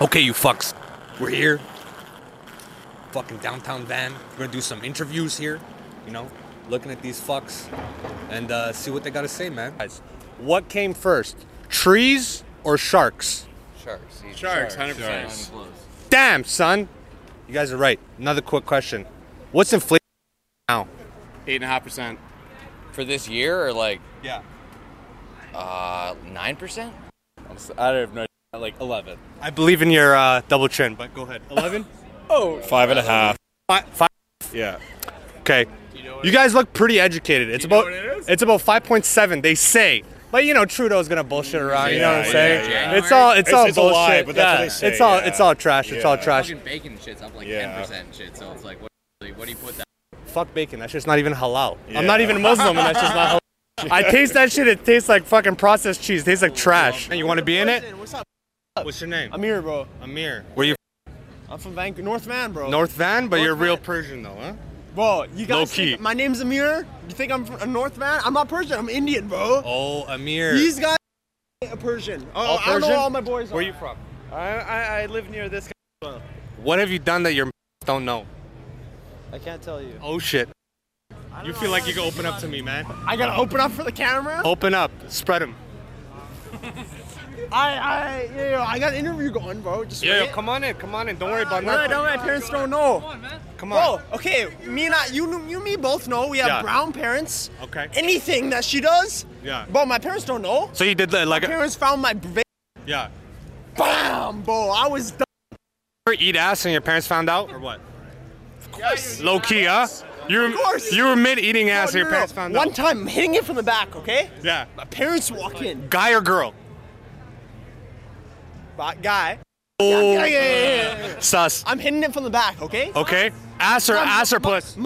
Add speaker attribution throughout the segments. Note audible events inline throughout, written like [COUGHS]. Speaker 1: Okay, you fucks. We're here. Fucking downtown van. We're gonna do some interviews here, you know, looking at these fucks and uh, see what they gotta say, man.
Speaker 2: Guys, what came first, trees or sharks?
Speaker 3: Sharks. these
Speaker 4: Sharks,
Speaker 3: sharks.
Speaker 4: 100%.
Speaker 3: Sharks.
Speaker 2: Damn, son. You guys are right. Another quick question. What's inflation now?
Speaker 4: Eight and a half percent.
Speaker 3: For this year or like
Speaker 2: Yeah.
Speaker 3: uh nine percent?
Speaker 4: I don't have no like eleven.
Speaker 2: I believe in your uh, double chin, but
Speaker 1: [LAUGHS]
Speaker 2: go ahead. 11?
Speaker 5: Five and a half.
Speaker 2: Fi five.
Speaker 5: Yeah.
Speaker 2: Okay. You guys look pretty educated. It's
Speaker 4: know
Speaker 2: about
Speaker 4: what it is?
Speaker 2: it's about 5.7 they say. But you know Trudeau's going to bullshit around, you know what I'm
Speaker 5: Yeah,
Speaker 2: saying?
Speaker 5: yeah,
Speaker 3: yeah.
Speaker 2: It's all it's,
Speaker 5: It's-
Speaker 2: all
Speaker 5: it's a
Speaker 2: bullshit.
Speaker 5: lie, but that's what
Speaker 2: Yeah.
Speaker 5: they say,
Speaker 2: It's all
Speaker 5: yeah.
Speaker 2: it's all trash. It's all
Speaker 5: Yeah.
Speaker 2: trash.
Speaker 3: Fucking bacon shit's up like
Speaker 5: Yeah.
Speaker 3: ten percent shit, so it's like what what do you put that?
Speaker 2: Fuck bacon. That shit's not even halal.
Speaker 5: Yeah.
Speaker 2: I'm not even Muslim, and that's just not halal. I taste that shit. It tastes like fucking processed cheese. It tastes like trash. And you want to be in it?
Speaker 6: What's up?
Speaker 2: What's your name?
Speaker 6: Amir, bro.
Speaker 2: Amir. Where you
Speaker 6: I'm from Vancouver, North Van, bro.
Speaker 2: North Van, but you're
Speaker 6: North
Speaker 2: real
Speaker 6: Van.
Speaker 2: Persian though, huh?
Speaker 6: Bro, you
Speaker 2: Low
Speaker 6: guys.
Speaker 2: key.
Speaker 6: Think my name's Amir. You think I'm from a North Van? I'm not Persian. I'm Indian, bro.
Speaker 2: Oh, Amir.
Speaker 6: These guys are Persian. Oh,
Speaker 2: All
Speaker 6: I know
Speaker 2: Persian?
Speaker 6: all my boys.
Speaker 2: Where
Speaker 6: are.
Speaker 2: you from?
Speaker 6: I, I I live near this. guy.
Speaker 2: What have you done that your don't know?
Speaker 6: I can't tell you.
Speaker 2: Oh shit. You feel like you can open up to me, man.
Speaker 6: I gotta open up for the camera.
Speaker 2: Open up. Spread them.
Speaker 6: I I yeah, yeah, I got an interview going, bro. Just
Speaker 2: Yeah,
Speaker 6: wait.
Speaker 2: come on in. Come on in. Don't worry about
Speaker 6: No,
Speaker 2: nothing.
Speaker 6: no, my parents don't know.
Speaker 2: Come
Speaker 6: Bro,
Speaker 2: on.
Speaker 6: okay, me and I, you, kn- you, and me both know we have
Speaker 2: Yeah.
Speaker 6: brown parents.
Speaker 2: Okay.
Speaker 6: Anything that she does.
Speaker 2: Yeah.
Speaker 6: Bro, my parents don't know.
Speaker 2: So you did the- like
Speaker 6: My
Speaker 2: a,
Speaker 6: parents found my vape.
Speaker 2: yeah.
Speaker 6: Bam, bro. I was done.
Speaker 2: Ever Eat ass and your parents found out or what? Low key, huh? You were,
Speaker 6: course.
Speaker 2: you were mid eating ass and
Speaker 6: No, no,
Speaker 2: your
Speaker 6: no.
Speaker 2: parents found
Speaker 6: One
Speaker 2: out.
Speaker 6: time, I'm hitting it from the back, okay?
Speaker 2: yeah.
Speaker 6: My parents walk in.
Speaker 2: Guy or girl?
Speaker 6: But guy.
Speaker 2: Oh,
Speaker 6: Yeah, yeah, yeah, yeah, yeah.
Speaker 2: sus.
Speaker 6: I'm hitting it from the back, okay?
Speaker 2: Okay. Ass or
Speaker 6: Mom,
Speaker 2: ass or
Speaker 6: mom,
Speaker 2: puss?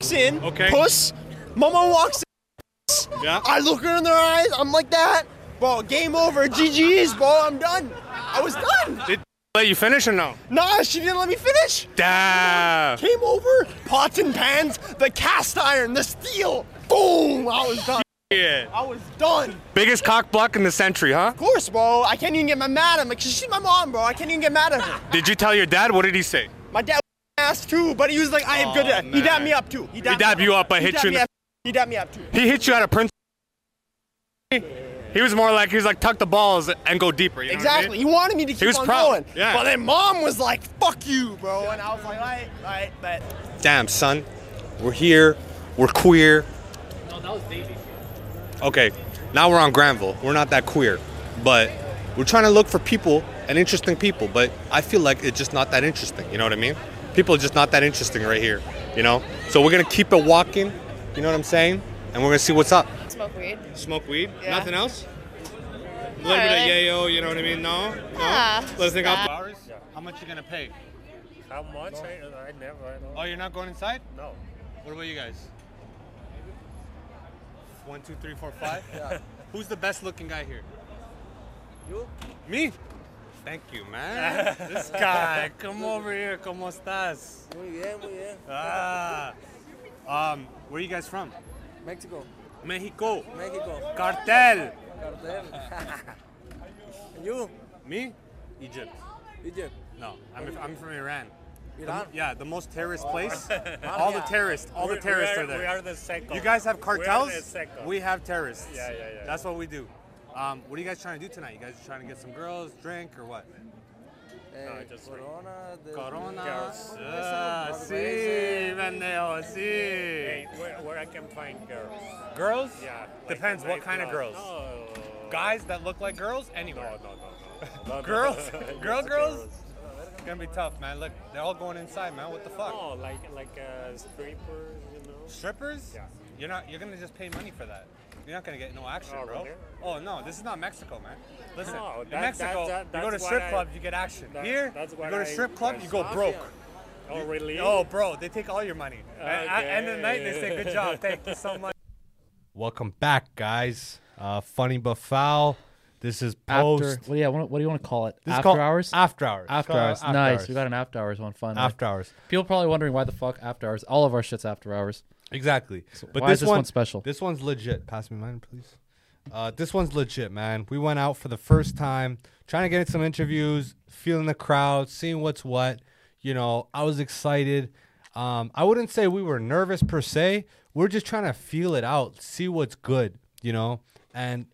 Speaker 6: Walks in.
Speaker 2: Okay.
Speaker 6: Puss. Mama walks in.
Speaker 2: Yeah.
Speaker 6: I look her in their eyes. I'm like that. Bro, game over. GG's, bro. I'm done. I was done.
Speaker 2: Did let you finish or no?
Speaker 6: Nah, she didn't let me finish.
Speaker 2: Damn.
Speaker 6: Came over, pots and pans, the cast iron, the steel. Boom! I was done.
Speaker 2: Yeah.
Speaker 6: I was done. Of
Speaker 2: Biggest cock block in the century, huh?
Speaker 6: course, bro. I can't even get my mad at him. Like, she's my mom, bro. I can't even get mad at her.
Speaker 2: Did you tell your dad? What did he say?
Speaker 6: My dad was ass too, but he was like, I am good at. He dabbed me up too. He dabbed,
Speaker 2: dabbed
Speaker 6: me
Speaker 2: you up, I
Speaker 6: He
Speaker 2: hit
Speaker 6: dabbed
Speaker 2: you in
Speaker 6: me
Speaker 2: the-
Speaker 6: up. He dabbed me up too.
Speaker 2: He hit you out of Prince. He was more like he was like tuck the balls and go deeper. you know what I mean?
Speaker 6: Exactly. He wanted me to keep
Speaker 2: was
Speaker 6: on
Speaker 2: proud.
Speaker 6: going.
Speaker 2: Yeah.
Speaker 6: But then mom was like, fuck you, bro. And I was like, all right, all right, but.
Speaker 2: Damn, son. We're here. We're queer. No, that was Davey. Okay, now we're on Granville. We're not that queer, but we're trying to look for people and interesting people. But I feel like it's just not that interesting. You know what I mean? People are just not that interesting right here. You know? So we're gonna keep it walking. You know what I'm saying? And we're gonna see what's up.
Speaker 7: Smoke weed.
Speaker 2: Smoke weed.
Speaker 7: Yeah. Nothing
Speaker 2: else. A
Speaker 7: little bit of really. yayo,
Speaker 2: You know what I mean? No. No.
Speaker 7: Yeah, Listening up- that.
Speaker 2: How much you gonna pay?
Speaker 8: How much? I, I never, I don't
Speaker 2: Oh, you're not going inside?
Speaker 8: know.
Speaker 2: What about you guys? One, two, three, four,
Speaker 8: [LAUGHS]
Speaker 2: five. Who's the best looking guy here? You. Me. Thank you,
Speaker 8: [LAUGHS]
Speaker 2: man. this guy. Come over here. Como estás? Muy bien, muy bien. Ah. Um, where are you guys from?
Speaker 9: Mexico,
Speaker 2: Mexico.
Speaker 9: Mexico,
Speaker 2: Cartel.
Speaker 9: cartel. [LAUGHS] and you?
Speaker 2: Me? Egypt.
Speaker 9: Egypt,
Speaker 2: No, I'm, I'm from Iran.
Speaker 9: Iran.
Speaker 2: Yeah, the most terrorist
Speaker 8: [LAUGHS]
Speaker 2: place. all the terrorists. All the
Speaker 8: Oh, We-
Speaker 2: terrorists
Speaker 8: we
Speaker 2: are there.
Speaker 8: We are the second.
Speaker 2: You guys have
Speaker 8: We, are the
Speaker 2: cartels.
Speaker 8: second.
Speaker 2: We have terrorists.
Speaker 8: Yeah, yeah, yeah.
Speaker 2: That's what we do. Um, what are you guys trying to do tonight? You guys trying to get some girls, drink, or what?
Speaker 9: Eh,
Speaker 8: just wait.
Speaker 9: Corona. The
Speaker 2: Corona.
Speaker 8: Girls.
Speaker 2: Ah, si, pendejo, si.
Speaker 8: Hey, where, where I can find girls.
Speaker 2: Girls?
Speaker 8: Yeah. like
Speaker 2: Depends what
Speaker 8: right
Speaker 2: kind of
Speaker 8: now.
Speaker 2: girls.
Speaker 8: No.
Speaker 2: Guys that look like girls?
Speaker 8: No,
Speaker 2: Anywhere.
Speaker 8: no, no,
Speaker 2: [LAUGHS]
Speaker 8: no. no.
Speaker 2: Girls?
Speaker 8: No, [LAUGHS]
Speaker 2: Girl girls? It's gonna be tough, man. Look, they're all going inside, man. What the fuck?
Speaker 8: No, like like uh, strippers, you know.
Speaker 2: Strippers?
Speaker 8: Yeah.
Speaker 2: You're not. You're gonna just pay money for that. You're not gonna get no action,
Speaker 8: Oh,
Speaker 2: bro.
Speaker 8: really?
Speaker 2: Oh no, this is not Mexico, man. Listen,
Speaker 8: No,
Speaker 2: in
Speaker 8: that-
Speaker 2: Mexico,
Speaker 8: that- that-
Speaker 2: you go to
Speaker 8: that's what
Speaker 2: strip
Speaker 8: I-
Speaker 2: clubs, you get action.
Speaker 8: that-
Speaker 2: Here,
Speaker 8: that's
Speaker 2: you
Speaker 8: what
Speaker 2: go to
Speaker 8: I-
Speaker 2: strip club, you go broke.
Speaker 8: Oh, really?
Speaker 2: Oh, bro, they take all your money. At at end of the night, they say, "Good job, thank you
Speaker 8: [LAUGHS]
Speaker 2: so much." Welcome back, guys. Uh, funny but foul. This is
Speaker 10: After, well, yeah. What, what do you want to call it? after hours.
Speaker 2: After hours.
Speaker 10: After hours. nice. We got an after hours one. Fun.
Speaker 2: after hours.
Speaker 10: People probably wondering why the fuck after hours. All of our shit's after hours.
Speaker 2: Exactly.
Speaker 10: But why is this this one- one special?
Speaker 2: This one's legit. Pass me mine, please.
Speaker 11: Uh, this one's legit, man. We went out for the first time, trying to get some interviews, feeling the crowd, seeing what's what. You know, I was excited. Um, I wouldn't say we were nervous per se. We're just trying to feel it out, see what's good, you know? And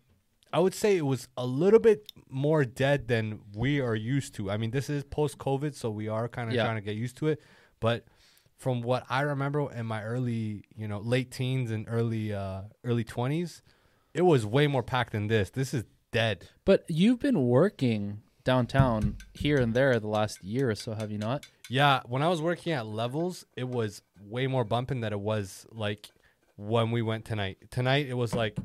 Speaker 11: I would say it was a little bit more dead than we are used to. I mean, this is post COVID, so we are kind of
Speaker 10: Yeah.
Speaker 11: trying to get used to it. But from what I remember in my early, you know, late teens and early uh early twenties, it was way more packed than this. This is dead.
Speaker 10: But you've been working downtown here and there the last year or so, have you not?
Speaker 11: Yeah, when I was working at Levels, it was way more bumping than it was like when we went tonight. Tonight it was like,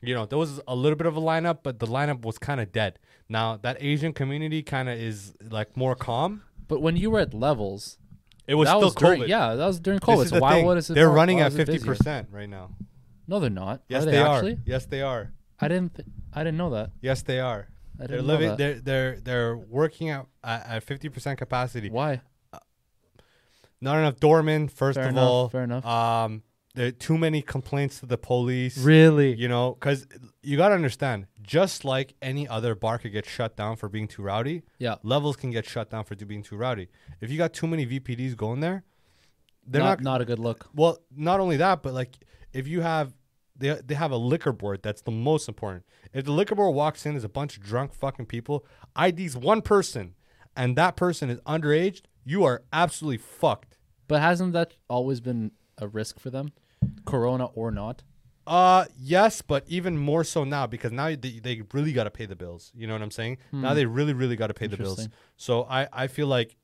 Speaker 11: you know, there was a little bit of a lineup, but the lineup was kind of dead. Now that Asian community kind of is like more calm.
Speaker 10: But when you were at Levels,
Speaker 11: it was
Speaker 10: that
Speaker 11: still
Speaker 10: was during-
Speaker 11: COVID.
Speaker 10: yeah, that was during
Speaker 11: This
Speaker 10: COVID,
Speaker 11: is
Speaker 10: so
Speaker 11: the
Speaker 10: why
Speaker 11: thing.
Speaker 10: was it-
Speaker 11: They're
Speaker 10: why
Speaker 11: running
Speaker 10: was
Speaker 11: at
Speaker 10: it busier?
Speaker 11: fifty percent right now.
Speaker 10: No, they're not.
Speaker 11: Yes,
Speaker 10: are
Speaker 11: they,
Speaker 10: they,
Speaker 11: are.
Speaker 10: actually?
Speaker 11: Yes, they are.
Speaker 10: I didn't. Th- I didn't know that.
Speaker 11: Yes, they are.
Speaker 10: I
Speaker 11: They're
Speaker 10: didn't know
Speaker 11: living.
Speaker 10: that.
Speaker 11: They're they're they're working out at at fifty percent capacity.
Speaker 10: Why?
Speaker 11: Not enough doormen. First
Speaker 10: Fair
Speaker 11: of
Speaker 10: enough,
Speaker 11: all,
Speaker 10: fair enough.
Speaker 11: Um, there are too many complaints to the police.
Speaker 10: Really?
Speaker 11: You know, because you gotta understand. Just like any other bar could get shut down for being too rowdy.
Speaker 10: Yeah.
Speaker 11: Levels can get shut down for do- being too rowdy. If you got too many VPDs going there, they're
Speaker 10: Not-
Speaker 11: not
Speaker 10: not a good look.
Speaker 11: Well, not only that, but like if you have they they have a liquor board that's the most important. If the liquor board walks in as a bunch of drunk fucking people, IDs one person, and that person is underage, you are absolutely fucked.
Speaker 10: But hasn't that always been a risk for them, Corona or not?
Speaker 11: Uh yes, but even more so now because now they, they really got to pay the bills. You know what I'm saying? Now
Speaker 10: Hmm.
Speaker 11: they really really got to pay the bills.
Speaker 10: Interesting.
Speaker 11: So I I feel like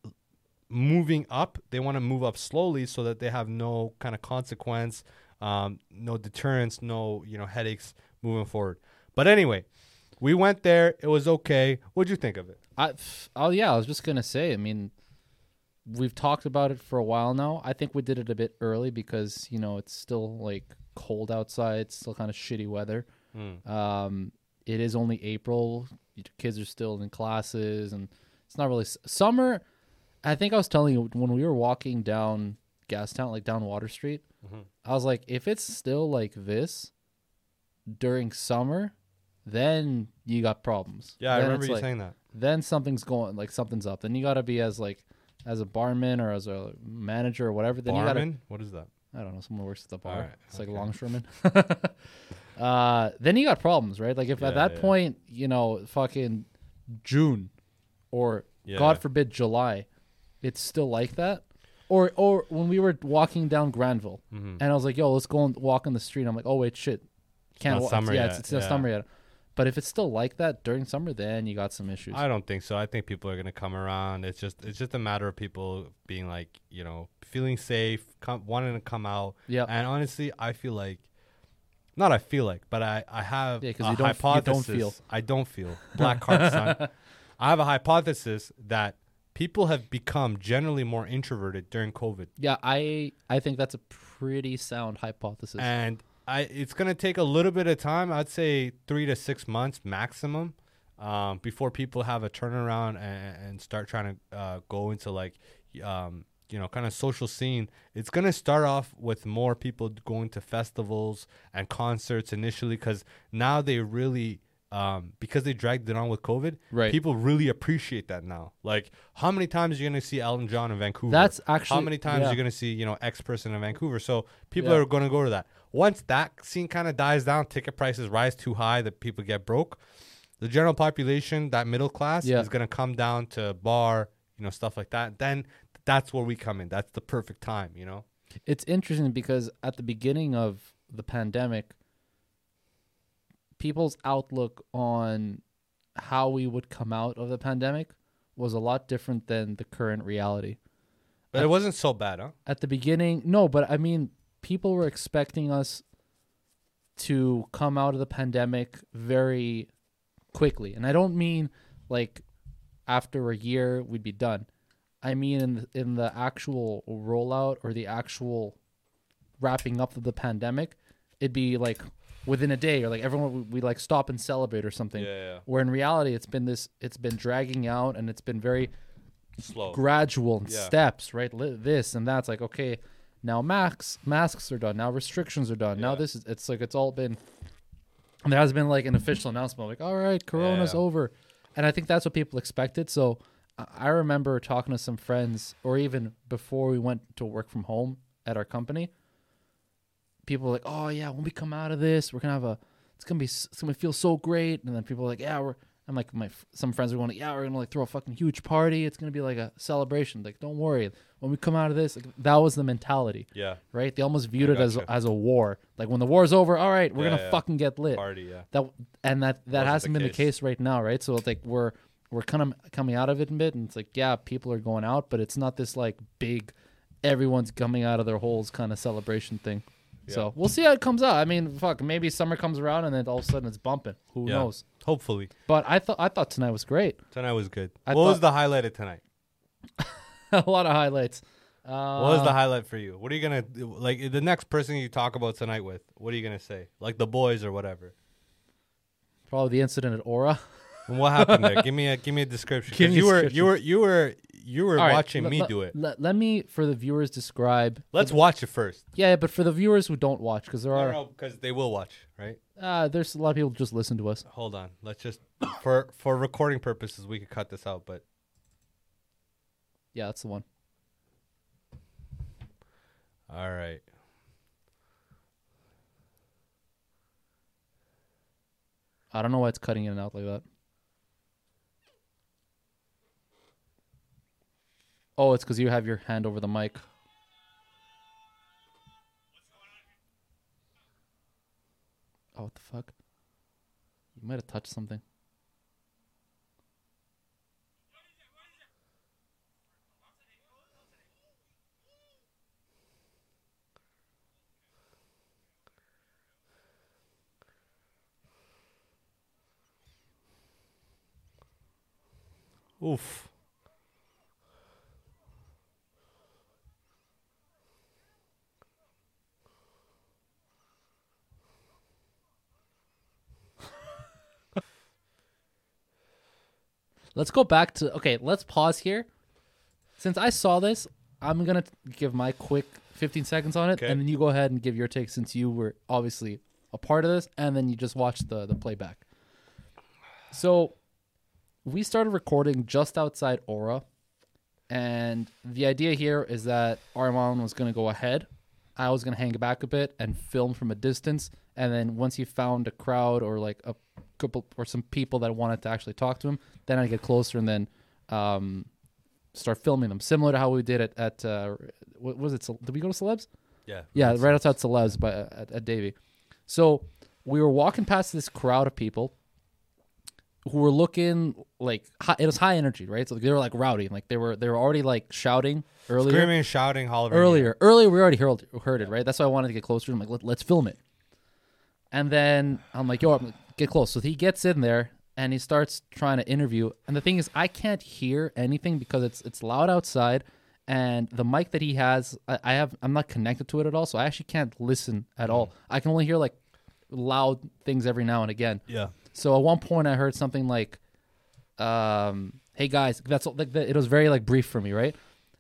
Speaker 11: moving up, they want to move up slowly so that they have no kind of consequence, um, no deterrence, no you know headaches moving forward. But anyway, we went there. It was okay. What'd you think of it?
Speaker 10: I, f- oh yeah, I was just gonna say. I mean, we've talked about it for a while now. I think we did it a bit early because you know it's still like cold outside, it's still kind of shitty weather.
Speaker 11: Hmm.
Speaker 12: Mm.
Speaker 10: Um, it is only April. y- Kids are still in classes, and it's not really s- summer. I think I was telling you when we were walking down Gastown, like down Water Street.
Speaker 11: Mm-hmm.
Speaker 12: Mhm.
Speaker 10: I was like, if it's still like this during summer, then you got problems.
Speaker 11: Yeah, I
Speaker 10: Then
Speaker 11: remember
Speaker 10: it's
Speaker 11: you
Speaker 10: like-
Speaker 11: saying that.
Speaker 10: Then something's going, like something's up. Then you got to be as like, as a barman or as a manager or whatever. Then you
Speaker 11: Barman?
Speaker 10: got
Speaker 11: What is that?
Speaker 10: I don't know. Someone works at the bar.
Speaker 11: All right,
Speaker 10: It's like longshoreman. [LAUGHS] uh, then you got problems, right? Like if at
Speaker 12: Yeah,
Speaker 10: that
Speaker 12: yeah.
Speaker 10: point, you know, fucking June or
Speaker 12: Yeah.
Speaker 10: God forbid July, it's still like that. Or or when we were walking down Granville,
Speaker 11: Mm-hmm.
Speaker 12: Mhm.
Speaker 10: and I was like, "Yo, let's go and walk on the street." I'm like, "Oh wait, shit, can't
Speaker 11: not
Speaker 10: walk."
Speaker 11: summer
Speaker 10: yeah,
Speaker 11: yet,
Speaker 10: it's, it's not
Speaker 11: yeah.
Speaker 10: summer yet. But if it's still like that during summer, then you got some issues.
Speaker 11: I don't think so. I think people are gonna come around. It's just it's just a matter of people being like you know feeling safe, come, wanting to come out.
Speaker 10: Yeah.
Speaker 11: And honestly, I feel like, not I feel like, but I I have
Speaker 10: Yeah, 'cause
Speaker 11: a
Speaker 10: you don't- you don't
Speaker 11: hypothesis.
Speaker 10: feel.
Speaker 11: I don't feel black card
Speaker 10: [LAUGHS]
Speaker 11: son. I have a hypothesis that people have become generally more introverted during COVID.
Speaker 10: Yeah, I I think that's a pretty sound hypothesis.
Speaker 11: And I, it's gonna take a little bit of time. I'd say three to six months maximum, um, before people have a turnaround and, and start trying to uh, go into like, um, you know, kind of social scene. It's gonna start off with more people going to festivals and concerts initially, because now they really. Um, because they dragged it on with COVID,
Speaker 10: Right.
Speaker 11: people really appreciate that now. Like, how many times are you gonna see Elton John in Vancouver?
Speaker 10: That's
Speaker 11: how
Speaker 10: actually-
Speaker 11: many times
Speaker 10: yeah.
Speaker 11: you're gonna see you know X person in Vancouver. So people
Speaker 10: Yeah.
Speaker 11: are going to go to that. Once that scene kind of dies down, ticket prices rise too high that people get broke. The general population, that middle class,
Speaker 10: Yeah.
Speaker 11: is going to come down to bar, you know, stuff like that. Then that's where we come in. That's the perfect time, you know.
Speaker 10: It's interesting because at the beginning of the pandemic, people's outlook on how we would come out of the pandemic was a lot different than the current reality.
Speaker 11: But it wasn't so bad, huh?
Speaker 10: At the beginning, no, but I mean, people were expecting us to come out of the pandemic very quickly. And I don't mean like after a year we'd be done. I mean in the, in the actual rollout or the actual wrapping up of the pandemic, it'd be like within a day or like everyone we, we like stop and celebrate or something.
Speaker 11: Yeah, yeah.
Speaker 10: Where in reality it's been this it's been dragging out and it's been very
Speaker 11: Slow.
Speaker 10: gradual and
Speaker 11: Yeah.
Speaker 10: steps, right? Li- This and that's like okay, now masks masks are done. Now restrictions are done. Now this is it's like it's all been And there has been like an official announcement, like, all right, Corona's
Speaker 11: Yeah.
Speaker 10: over. And I think that's what people expected. So I- I remember talking to some friends, or even before we went to work from home at our company, people were like, oh, yeah, when we come out of this, we're going to have a, it's going to be, s- it's going to feel so great. And then people were like, yeah, we're, I'm like, my, f- some friends are going, yeah, we're going to like throw a fucking huge party. It's going to be like a celebration. Like, don't worry. When we come out of this, like, that was the mentality.
Speaker 11: Yeah.
Speaker 10: Right? They almost viewed
Speaker 11: I
Speaker 10: it as,
Speaker 11: gotcha.
Speaker 10: as a war. Like, when the war's over, all right, we're
Speaker 11: Yeah,
Speaker 10: going to
Speaker 11: yeah.
Speaker 10: fucking get lit.
Speaker 11: Party, yeah.
Speaker 10: That, and that, that
Speaker 11: Wasn't
Speaker 10: hasn't
Speaker 11: the
Speaker 10: been the
Speaker 11: case.
Speaker 10: case right now, right? So it's like we're we're kind of coming out of it a bit, and it's like yeah, people are going out, but it's not this like big everyone's coming out of their holes kind of celebration thing. So we'll see how it comes out. I mean, fuck, maybe summer comes around and then all of a sudden it's bumping. Who
Speaker 11: Yeah.
Speaker 10: knows?
Speaker 11: Hopefully.
Speaker 10: But I thought I thought tonight was great. [LAUGHS]
Speaker 11: Tonight was good.
Speaker 10: I
Speaker 11: what was
Speaker 10: thought-
Speaker 11: the highlight of tonight?
Speaker 10: a lot of highlights. Uh,
Speaker 11: what was the highlight for you? What are you gonna like the next person you talk about tonight with? What are you gonna say? Like the boys or whatever.
Speaker 10: Probably the incident at Aura.
Speaker 11: And what happened there? give me a give me a description.
Speaker 10: Give
Speaker 11: 'Cause
Speaker 10: me
Speaker 11: you were
Speaker 10: description.
Speaker 11: you were you were you were
Speaker 10: All right,
Speaker 11: watching
Speaker 10: le-
Speaker 11: me
Speaker 10: le-
Speaker 11: do it.
Speaker 10: le- let me, for the viewers, describe.
Speaker 11: Let's watch it first.
Speaker 10: Yeah, but for the viewers who don't watch, because there
Speaker 11: No,
Speaker 10: are
Speaker 11: no, because they will watch, right?
Speaker 10: Uh, there's a lot of people who just listen to us.
Speaker 11: Hold on. Let's just [COUGHS] for for recording purposes we could cut this out, but
Speaker 10: Yeah, that's the one.
Speaker 11: all right.
Speaker 10: I don't know why it's cutting in and out like that. Oh, it's because you have your hand over the mic. Oh, what the fuck? You might have touched something.
Speaker 11: Oof.
Speaker 10: Let's go back to okay. Let's pause here. Since I saw this, I'm gonna give my quick 15 seconds on it, and then you go ahead and give your take since you were obviously a part of this, and then you just watched the the playback. So, we started recording just outside Aura, and the idea here is that Armand was gonna go ahead. I was gonna hang back a bit and film from a distance, and then once he found a crowd or like a couple or some people that wanted to actually talk to him, then I get closer and then um, start filming them, similar to how we did it at uh, what was it? Cel- Did we go to Celebs?
Speaker 11: Yeah, we
Speaker 10: yeah,
Speaker 11: went to
Speaker 10: right outside Celebs by at, at Davy. So we were walking past this crowd of people who were looking like hi- it was high energy, right? So they were like rowdy, like they were they were already like shouting earlier,
Speaker 11: Screaming, shouting, hollering,
Speaker 10: Earlier, earlier we already heard, heard it, right? That's why I wanted to get closer. I'm like, Let, let's film it. And then I'm like, yo, I'm like, get close. So he gets in there and he starts trying to interview. And the thing is, I can't hear anything because it's it's loud outside, and the mic that he has, I, I have, I'm not connected to it at all, so I actually can't listen at all. I can only hear like loud things every now and again.
Speaker 11: Yeah.
Speaker 10: So at one point, I heard something like, um, "Hey guys," that's all- like that- it was very like brief for me, right?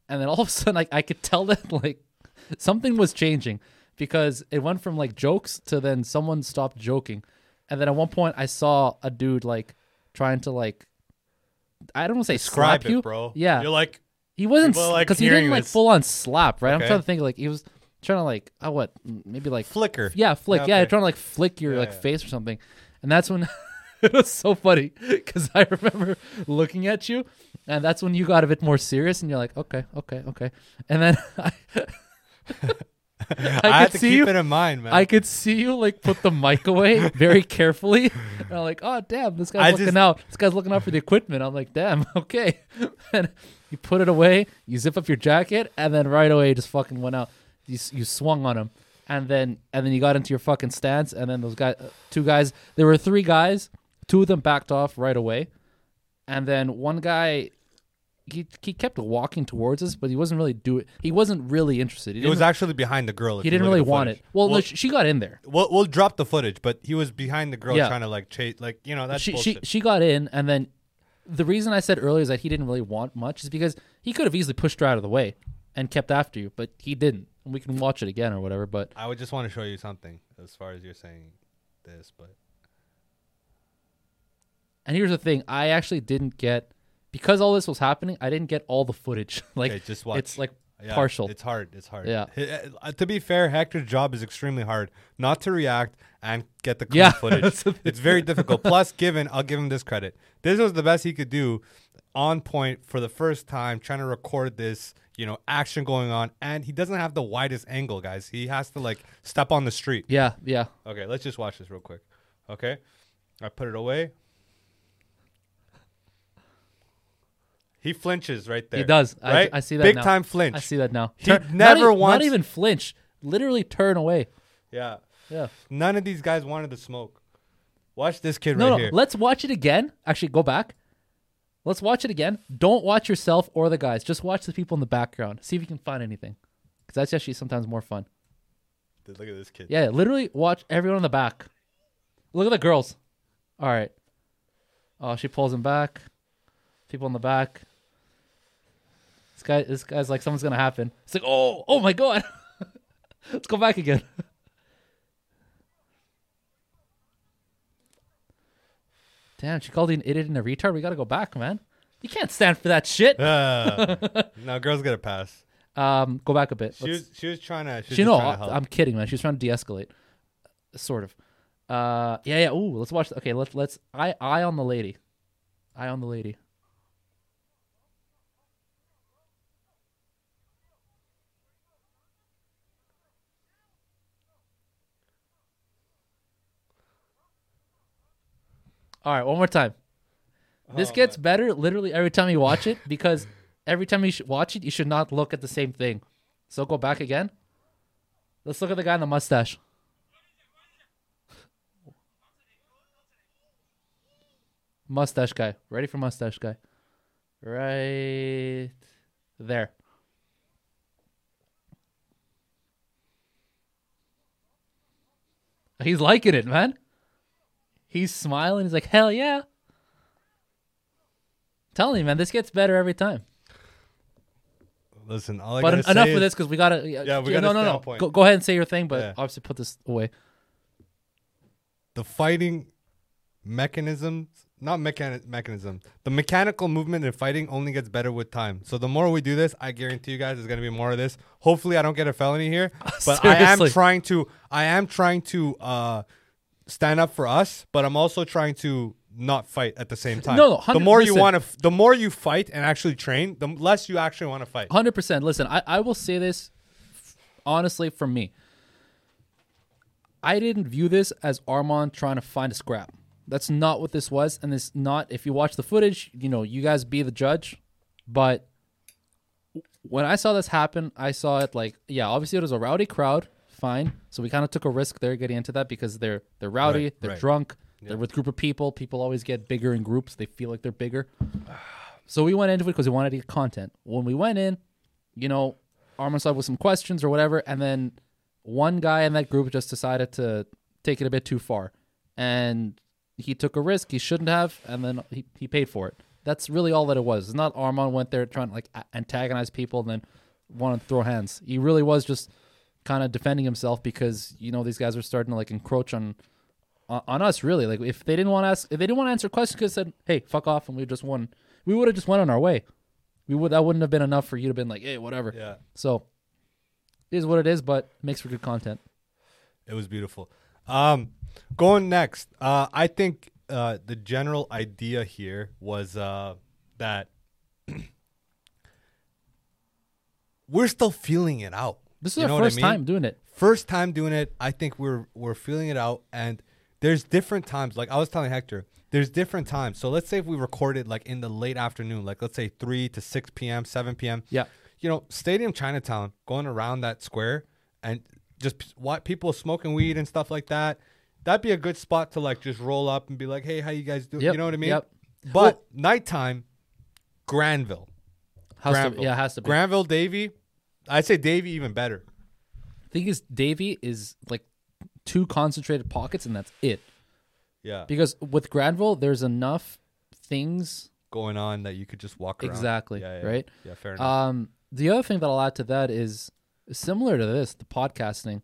Speaker 10: And then all of a sudden, like I could tell [LAUGHS] that like something was changing because it went from like jokes to then someone stopped joking, and then at one point I saw a dude like trying to like I don't want to say
Speaker 11: Describe
Speaker 10: slap
Speaker 11: it,
Speaker 10: you,
Speaker 11: bro.
Speaker 10: Yeah,
Speaker 11: You're like-
Speaker 10: he wasn't
Speaker 11: people are, like,
Speaker 10: because he didn't
Speaker 11: hearing
Speaker 10: like
Speaker 11: this.
Speaker 10: full on slap, right? I'm
Speaker 11: Okay.
Speaker 10: trying to think like he was trying to like oh what maybe like
Speaker 11: flicker,
Speaker 10: yeah, flick,
Speaker 11: Yeah,
Speaker 10: yeah,
Speaker 11: okay.
Speaker 10: trying to like flick your like face or something, and that's when [LAUGHS] it was so funny because I remember looking at you, and that's when you got a bit more serious, and you're like, okay, okay, okay, and then [LAUGHS] I. [LAUGHS] I,
Speaker 11: I had
Speaker 10: could
Speaker 11: to
Speaker 10: see
Speaker 11: keep
Speaker 10: you-
Speaker 11: it in mind, man.
Speaker 10: I could see you like put the mic away very carefully. [LAUGHS] And I'm like, oh damn, this guy's
Speaker 11: I
Speaker 10: looking
Speaker 11: just-
Speaker 10: out. This guy's looking out for the equipment. I'm like, damn, [LAUGHS] okay. And you put it away, you zip up your jacket, and then right away you just fucking went out. You, s- you swung on him, and then and then you got into your fucking stance, and then those guys, two guys, there were three guys, two of them backed off right away, and then one guy. He, he kept walking towards us, but he wasn't really do it. He wasn't really interested. He
Speaker 11: He was
Speaker 10: didn't-
Speaker 11: actually behind the girl. if
Speaker 10: He
Speaker 11: you
Speaker 10: didn't
Speaker 11: look
Speaker 10: really
Speaker 11: at the
Speaker 10: want it.
Speaker 11: footage.
Speaker 10: Well, no, she, she got in there.
Speaker 11: We'll, we'll drop the footage, but he was behind the girl
Speaker 10: Yeah.
Speaker 11: trying to like chase, like you know that's
Speaker 10: she, she
Speaker 11: bullshit.
Speaker 10: she got in, and then the reason I said earlier is that he didn't really want much is because he could have easily pushed her out of the way and kept after you, but he didn't. And we can watch it again or whatever. But
Speaker 11: I would just want to show you something as far as you're saying this, but
Speaker 10: And here's the thing: I actually didn't get because all this was happening. I didn't get all the footage. [LAUGHS] like
Speaker 11: Okay, just watch.
Speaker 10: it's like
Speaker 11: Yeah,
Speaker 10: partial.
Speaker 11: It's hard. It's hard.
Speaker 10: Yeah.
Speaker 11: H- uh, To be fair, Hector's job is extremely hard. Not to react and get the clean
Speaker 10: Yeah. [LAUGHS] That's
Speaker 11: footage.
Speaker 10: the
Speaker 11: it's
Speaker 10: thing.
Speaker 11: very
Speaker 10: [LAUGHS]
Speaker 11: difficult. Plus, given I'll give him this credit. This was the best he could do, on point for the first time, trying to record this. You know, action going on, and he doesn't have the widest angle, guys. He has to like step on the street.
Speaker 10: Yeah, yeah.
Speaker 11: Okay, let's just watch this real quick. Okay, I put it away. He flinches right there.
Speaker 10: He does.
Speaker 11: Right?
Speaker 10: I, I see that.
Speaker 11: Big
Speaker 10: now.
Speaker 11: time flinch.
Speaker 10: I see that now.
Speaker 11: He
Speaker 10: Turn- not
Speaker 11: never
Speaker 10: e-
Speaker 11: once.
Speaker 10: Not even flinch. Literally turn away.
Speaker 11: Yeah.
Speaker 10: Yeah.
Speaker 11: None of these guys wanted to smoke. Watch this kid
Speaker 10: no,
Speaker 11: right
Speaker 10: no.
Speaker 11: here.
Speaker 10: Let's watch it again. Actually, go back. Let's watch it again. Don't watch yourself or the guys. Just watch the people in the background. See if you can find anything, because that's actually sometimes more fun.
Speaker 11: Dude, Look at this kid.
Speaker 10: Yeah, [LAUGHS] literally watch everyone in the back. Look at the girls. All right. Oh, she pulls him back. People in the back. This guy, this guy's like, something's gonna happen. It's like, oh, oh my god. [LAUGHS] Let's go back again. Damn, she called you an idiot and a retard. We gotta go back, man. You can't stand for that shit.
Speaker 11: Uh, [LAUGHS] no, girls get a pass.
Speaker 10: Um, go back a bit.
Speaker 11: She was- she was trying to- she
Speaker 10: She
Speaker 11: was just
Speaker 10: no,
Speaker 11: trying to help.
Speaker 10: I'm kidding, man. She was trying to de-escalate, sort of. Uh, yeah, yeah. Ooh, let's watch. Okay, let's let's eye eye on the lady, eye on the lady. All right, one more time.
Speaker 11: Oh,
Speaker 10: This gets better literally every time you watch it because every time you sh- watch it, you should not look at the same thing. So go back again. Let's look at the guy in the mustache. Mustache guy. Ready for mustache guy. Right there. He's liking it, man. He's smiling. He's like, hell yeah. Telling you, man, this gets better every time.
Speaker 11: Listen, all I
Speaker 10: but
Speaker 11: gotta
Speaker 10: en- enough
Speaker 11: say
Speaker 10: with
Speaker 11: is-
Speaker 10: this because we gotta. Yeah,
Speaker 11: Yeah, we
Speaker 10: yeah, no,
Speaker 11: gotta
Speaker 10: no,
Speaker 11: stay
Speaker 10: no.
Speaker 11: on point.
Speaker 10: Go, go ahead and say your thing, but
Speaker 11: Yeah.
Speaker 10: obviously put this away.
Speaker 11: the fighting mechanisms not mechani- mechanism the mechanical movement in fighting only gets better with time so the more we do this i guarantee you guys there's going to be more of this hopefully i don't get a
Speaker 10: [LAUGHS]
Speaker 11: felony here but i am
Speaker 2: Seriously.
Speaker 11: trying to i am trying to uh stand up for us but i'm also trying to not fight at the same time
Speaker 10: No, no,
Speaker 11: the
Speaker 10: 100
Speaker 11: more you
Speaker 10: listen.
Speaker 11: want to f- the more you fight and actually train the less you actually want to fight
Speaker 10: Hundred percent. Listen, I, I will say this f- honestly from me. I didn't view this as Armand trying to find a scrap. That's not what this was, and it's not. If you watch the footage, you know you guys be the judge. But when I saw this happen, I saw it like, yeah, obviously it was a rowdy crowd. Fine, so we kind of took a risk there getting into that because they're they're rowdy,
Speaker 11: Right,
Speaker 10: they're
Speaker 11: right.
Speaker 10: drunk, they're with group of people. People always get bigger in groups. They feel like they're bigger. So we went into it because we wanted to get content. When we went in, you know, Armand started with some questions or whatever, and then one guy in that group just decided to take it a bit too far, and he took a risk he shouldn't have, and then he, he paid for it. That's really all that it was. It's not Armand went there trying to like a- antagonize people and then wanted to throw hands. He really was just kind of defending himself because you know these guys are starting to like encroach on on, on us really. Like if they didn't want to ask, if they didn't want to answer questions, could have said, "Hey, fuck off," and we just won. We would have just went on our way. We would that wouldn't have been enough for you to have been like, "Hey, whatever."
Speaker 11: Yeah.
Speaker 10: So it is what it is, but makes for good content.
Speaker 11: It was beautiful. Um, going next, uh, I think uh, the general idea here was uh, that [CLEARS THROAT] we're still feeling it out.
Speaker 10: This is
Speaker 11: You
Speaker 10: our
Speaker 11: know what I
Speaker 10: first
Speaker 11: mean?
Speaker 10: time doing it.
Speaker 11: First time doing it. I think we're we're feeling it out, and there's different times. Like I was telling Hector, there's different times. So let's say if we recorded like in the late afternoon, like let's say three to six p.m., seven p.m.
Speaker 10: Yeah.
Speaker 11: You know, Stadium Chinatown, going around that square, and just what people smoking weed and stuff like that. That'd be a good spot to like just roll up and be like, hey, how you guys doing?
Speaker 10: Yep,
Speaker 11: You know what I mean?
Speaker 10: yep.
Speaker 11: But nighttime, Granville.
Speaker 10: Has to- yeah, has to be.
Speaker 11: Granville Davy. I'd say Davy even better.
Speaker 10: thing is Davy is like two concentrated pockets and that's it.
Speaker 11: Yeah.
Speaker 10: Because with Granville, there's enough things
Speaker 11: going on that you could just walk around.
Speaker 10: Exactly.
Speaker 11: Yeah, yeah.
Speaker 10: Right.
Speaker 11: Yeah, fair enough.
Speaker 10: Um, the other thing that I'll add to that is similar to this, the podcasting.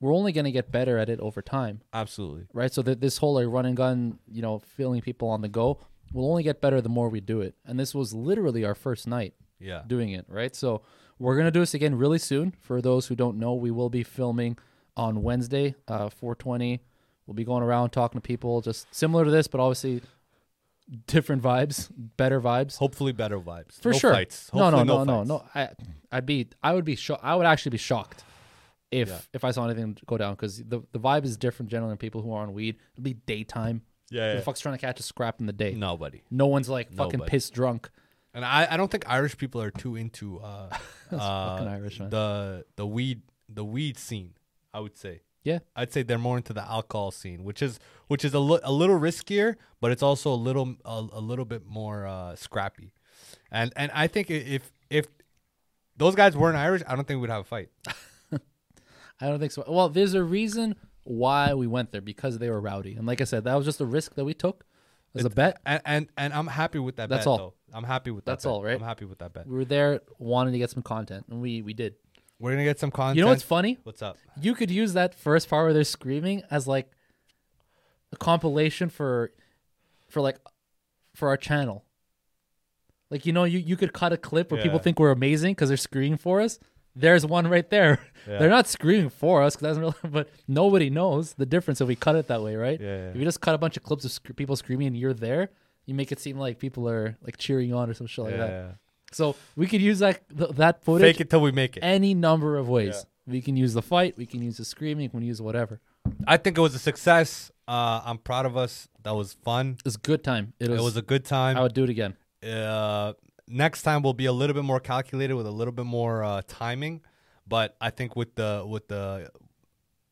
Speaker 10: we're only going to get better at it over time.
Speaker 11: Absolutely.
Speaker 10: Right. So that this whole like run and gun, you know, feeling people on the go, we'll only get better the more we do it. And this was literally our first night.
Speaker 11: Yeah.
Speaker 10: Doing it right. So we're gonna do this again really soon. For those who don't know, we will be filming on Wednesday, uh, 420. We'll be going around talking to people, just similar to this, but obviously different vibes, better vibes.
Speaker 11: Hopefully, better vibes
Speaker 10: for
Speaker 11: No
Speaker 10: sure.
Speaker 11: fights.
Speaker 10: No, no,
Speaker 11: Hopefully
Speaker 10: no,
Speaker 11: no
Speaker 10: no,
Speaker 11: fights.
Speaker 10: no. I, I'd be, I would be, sho- I would actually be shocked if
Speaker 11: Yeah.
Speaker 10: if I saw anything go down because the the vibe is different generally than people who are on weed. It'll be daytime.
Speaker 11: Yeah,
Speaker 10: Who
Speaker 11: yeah.
Speaker 10: the fuck's trying to catch a scrap in the day?
Speaker 11: Nobody.
Speaker 10: No one's like fucking
Speaker 11: Nobody.
Speaker 10: pissed drunk.
Speaker 11: And I, I don't think Irish people are too
Speaker 10: [LAUGHS]
Speaker 11: into uh, uh,
Speaker 10: fucking Irish, man.
Speaker 11: the the weed the weed scene. I would say.
Speaker 10: Yeah.
Speaker 11: I'd say they're more into the alcohol scene, which is which is a, li- a little riskier, but it's also a little a, a little bit more uh, scrappy. And and I think i- if if those guys weren't Irish, I don't think we'd have a fight.
Speaker 10: I don't think so. Well, there's a reason why we went there because they were rowdy, and like I said, that was just a risk that we took as a bet.
Speaker 11: And and, and I'm happy with that.
Speaker 10: That's
Speaker 11: bet,
Speaker 10: all.
Speaker 11: though. I'm happy with that.
Speaker 10: That's
Speaker 11: bet.
Speaker 10: all, right?
Speaker 11: I'm happy with that bet.
Speaker 10: We were there wanting to get some content, and we we did.
Speaker 11: We're gonna get some content.
Speaker 10: You know what's funny?
Speaker 11: What's up?
Speaker 10: You could use that first part where they're screaming as like a compilation for for like for our channel. Like you know, you you could cut a clip where people
Speaker 11: Yeah.
Speaker 10: think we're amazing because they're screaming for us. There's one right there.
Speaker 11: Yeah.
Speaker 10: They're not screaming for us because that's real, [LAUGHS] but nobody knows the difference if we cut it that way, right?
Speaker 11: yeah.
Speaker 10: If you just cut a bunch of clips of sc- people screaming and you're there, you make it seem like people are like cheering you on or some shit like
Speaker 11: Yeah,
Speaker 10: that.
Speaker 11: yeah.
Speaker 10: So we could use that th- that footage.
Speaker 11: Fake it till we make it.
Speaker 10: Any number of ways. We can use the fight. We can use the screaming. We can use whatever.
Speaker 11: I think it was a success. Uh, I'm proud of us. That was fun.
Speaker 10: It was a good time. It
Speaker 11: It
Speaker 10: was-
Speaker 11: was, a good time.
Speaker 10: I would do it again.
Speaker 11: Uh, next time will be a little bit more calculated with a little bit more uh, timing, but I think with the with the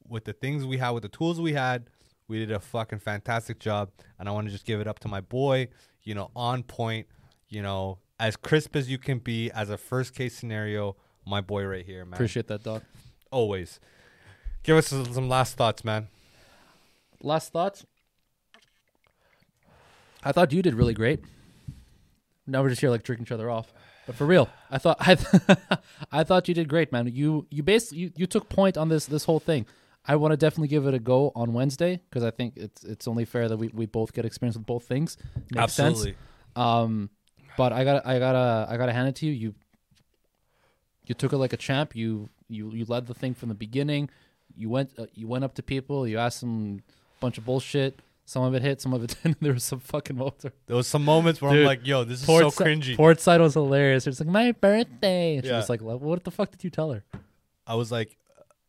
Speaker 11: with the things we had, with the tools we had, we did a fucking fantastic job. And I want to just give it up to my boy. You know, on point. You know, as crisp as you can be, as a first case scenario, my boy right here, man.
Speaker 10: Appreciate that, dog.
Speaker 11: Always. Give us some some last thoughts, man.
Speaker 10: Last thoughts? I thought you did really great. Now we're just here like drinking each other off. But for real, I thought [LAUGHS] I, I thought you did great, man. You you basically you, you took point on this this whole thing. I want to definitely give it a go on Wednesday because I think it's it's only fair that we, we both get experience with both things. Makes
Speaker 11: Absolutely.
Speaker 10: Sense. Um, but I got I gotta I gotta hand it to you. You you took it like a champ. You you you led the thing from the beginning. You went uh, you went up to people. You asked them a bunch of bullshit. Some of it hit, some of it [LAUGHS] didn't. There was some fucking moments.
Speaker 11: There was some moments where I'm like, yo, this is so cringy.
Speaker 10: Port side was hilarious. It's like my birthday. And She
Speaker 11: Yeah.
Speaker 10: was like, "Well, what the fuck did you tell her?
Speaker 11: I was like,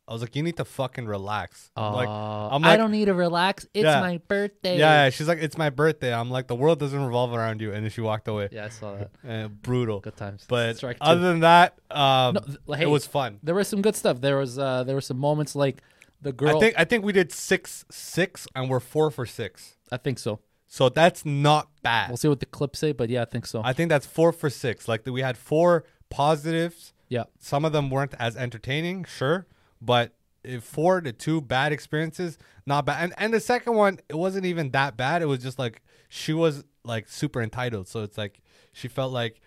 Speaker 11: I was like, you need to fucking relax. I'm like,
Speaker 10: Uh,
Speaker 11: I'm
Speaker 10: I
Speaker 11: like-
Speaker 10: don't need to relax. It's my birthday.
Speaker 11: Yeah, yeah, she's like, it's my birthday. I'm like, the world doesn't revolve around you. And then she walked away.
Speaker 10: Yeah, I saw that.
Speaker 11: Uh, brutal.
Speaker 10: Good times.
Speaker 11: But
Speaker 10: Strike two.
Speaker 11: other than that, um,
Speaker 10: No, th- hey,
Speaker 11: it was fun.
Speaker 10: There was some good stuff. There was uh, there were some moments like the girl.
Speaker 11: I think I think we did six six, and we're four for six.
Speaker 10: I think so.
Speaker 11: So that's not bad.
Speaker 10: We'll see what the clips say, but yeah, I think so.
Speaker 11: I think that's four for six. Like we had four positives.
Speaker 10: Yeah.
Speaker 11: Some of them weren't as entertaining, sure, but if four to two bad experiences, not bad. And and the second one, it wasn't even that bad. It was just like she was like super entitled, so it's like she felt like.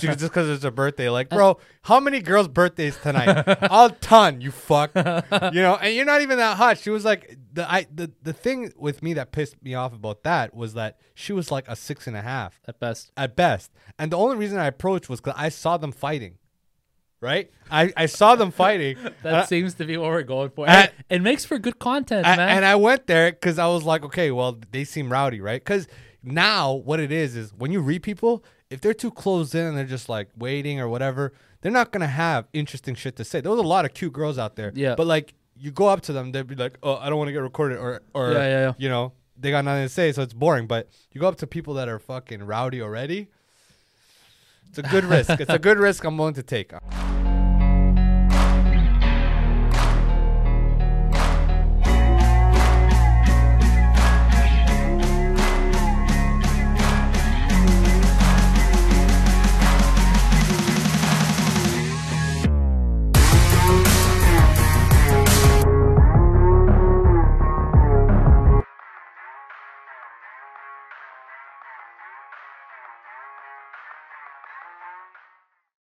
Speaker 11: she- Just because it's her birthday, like bro, how many girls' birthdays tonight? A ton, you fuck. You know, and you're not even that hot. She was like the I the, the thing with me that pissed me off about that was that she was like a six and a half
Speaker 10: at best.
Speaker 11: At best, and the only reason I approached was because I saw them fighting right? I, I saw them fighting.
Speaker 10: That
Speaker 11: And I-
Speaker 10: seems to be what we're going for.
Speaker 11: I-
Speaker 10: Hey, it makes for good content,
Speaker 11: I-
Speaker 10: man.
Speaker 11: uh, and I went there because I was like, okay, well, they seem rowdy, right? Because now what it is is when you read people, if they're too closed in and they're just like waiting or whatever, they're not gonna have interesting shit to say. There was a lot of cute girls out there,
Speaker 10: Yeah.
Speaker 11: But like, you go up to them, they'd be like, oh, I don't want to get recorded, or or
Speaker 10: Yeah, yeah, yeah.
Speaker 11: you know, they got nothing to say, so it's boring. But you go up to people that are fucking rowdy already. It's a good risk. It's a good risk I'm willing to take.